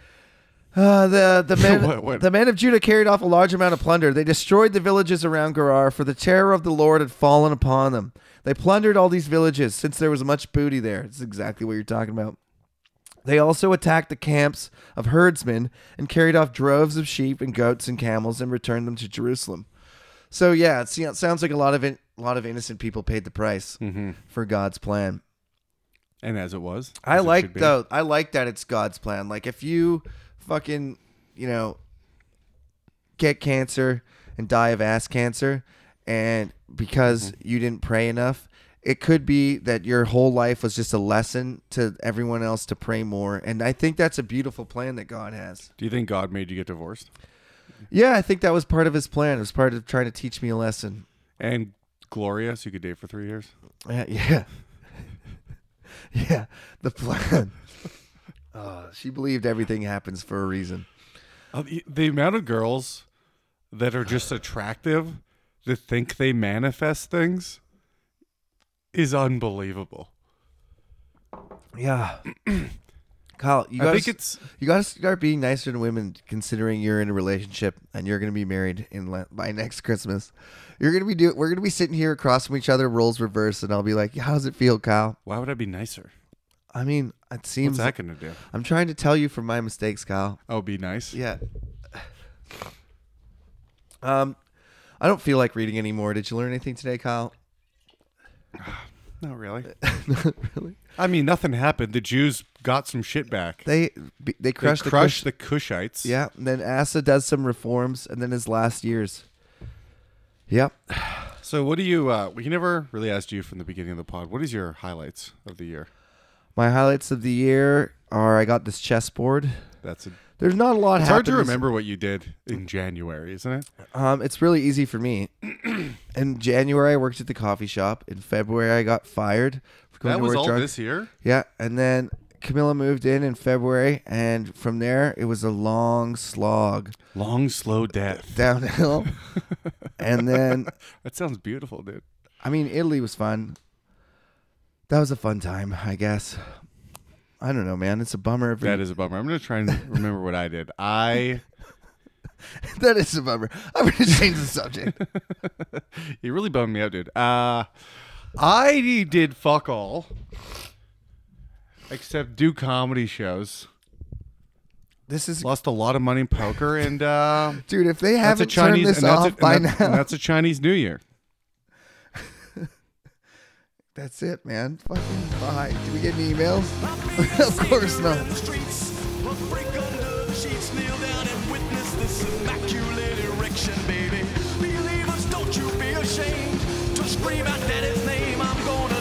S1: Uh, the the men
S2: What- what?
S1: the men of Judah carried off a large amount of plunder. They destroyed the villages around Gerar, for the terror of the Lord had fallen upon them. They plundered all these villages, since there was much booty there. It's exactly what you're talking about. They also attacked the camps of herdsmen and carried off droves of sheep and goats and camels and returned them to Jerusalem. So yeah, it se- it sounds like a lot of in, a lot of innocent people paid the price
S2: Mm-hmm.
S1: for God's plan.
S2: and as it was,
S1: I
S2: as it
S1: like
S2: should be.
S1: though. I like that it's God's plan. Like if you fucking, you know, get cancer and die of ass cancer, and because
S2: Mm-hmm.
S1: you didn't pray enough, it could be that your whole life was just a lesson to everyone else to pray more. And I think that's a beautiful plan that God has.
S2: Do you think God made you get divorced?
S1: Yeah, I think that was part of His plan. It was part of trying to teach me a lesson.
S2: And Gloria, so you could date for three years.
S1: Yeah, yeah, yeah. The plan. Uh, she believed everything happens for a reason.
S2: Uh, the- The amount of girls that are just attractive that think they manifest things is unbelievable.
S1: Yeah. Kyle, you
S2: I
S1: gotta,
S2: think it's
S1: you gotta start being nicer to women considering you're in a relationship and you're gonna be married in le- by next Christmas. You're gonna be do we're gonna be sitting here across from each other, roles reversed, and I'll be like, How's it feel, Kyle?
S2: why would I be nicer?
S1: I mean, it
S2: What's
S1: seems
S2: that gonna do?
S1: I'm trying to tell you from my mistakes, Kyle.
S2: Oh, be nice.
S1: Yeah. Um I don't feel like reading anymore. Did you learn anything today, Kyle?
S2: Not really.
S1: Not really?
S2: I mean, nothing happened. The Jews got some shit back.
S1: They be- they
S2: They
S1: crushed
S2: crushed,
S1: the Cush-
S2: the Cushites.
S1: Yeah, and then Asa does some reforms, and then his last years. Yep.
S2: So, what do you? Uh, we never really asked you from the beginning of the pod. What is your highlights of the year?
S1: My highlights of the year are I got this chessboard.
S2: That's a, it's
S1: There's not a lot.
S2: hard to
S1: happened this-
S2: remember what you did in January, isn't it?
S1: Um, it's really easy for me. In January, I worked at the coffee shop. In February, I got fired. For going
S2: That
S1: to
S2: was
S1: work
S2: all
S1: drunk.
S2: this year.
S1: Yeah, and then Camilla moved in in February, and from there, it was a long slog
S2: Long, slow death.
S1: downhill. and then,
S2: That sounds beautiful, dude.
S1: I mean, Italy was fun. That was a fun time, I guess. I don't know, man. It's a bummer. Every,
S2: That is a bummer. I'm gonna try and remember what I did. I
S1: That is a bummer. I'm going to change the subject.
S2: you really bummed me out, dude. Uh I did fuck all. Except do comedy shows.
S1: This is,
S2: Lost a lot of money in poker and uh
S1: dude. If they
S2: that's a
S1: haven't
S2: Chinese
S1: turned this
S2: and that's a-
S1: off
S2: and
S1: by
S2: that's-
S1: now,
S2: and that's a Chinese New Year.
S1: that's it, man. Fucking bye. Do we get any emails? of course not.
S5: Believers, don't you be ashamed to scream out daddy's name. I'm gonna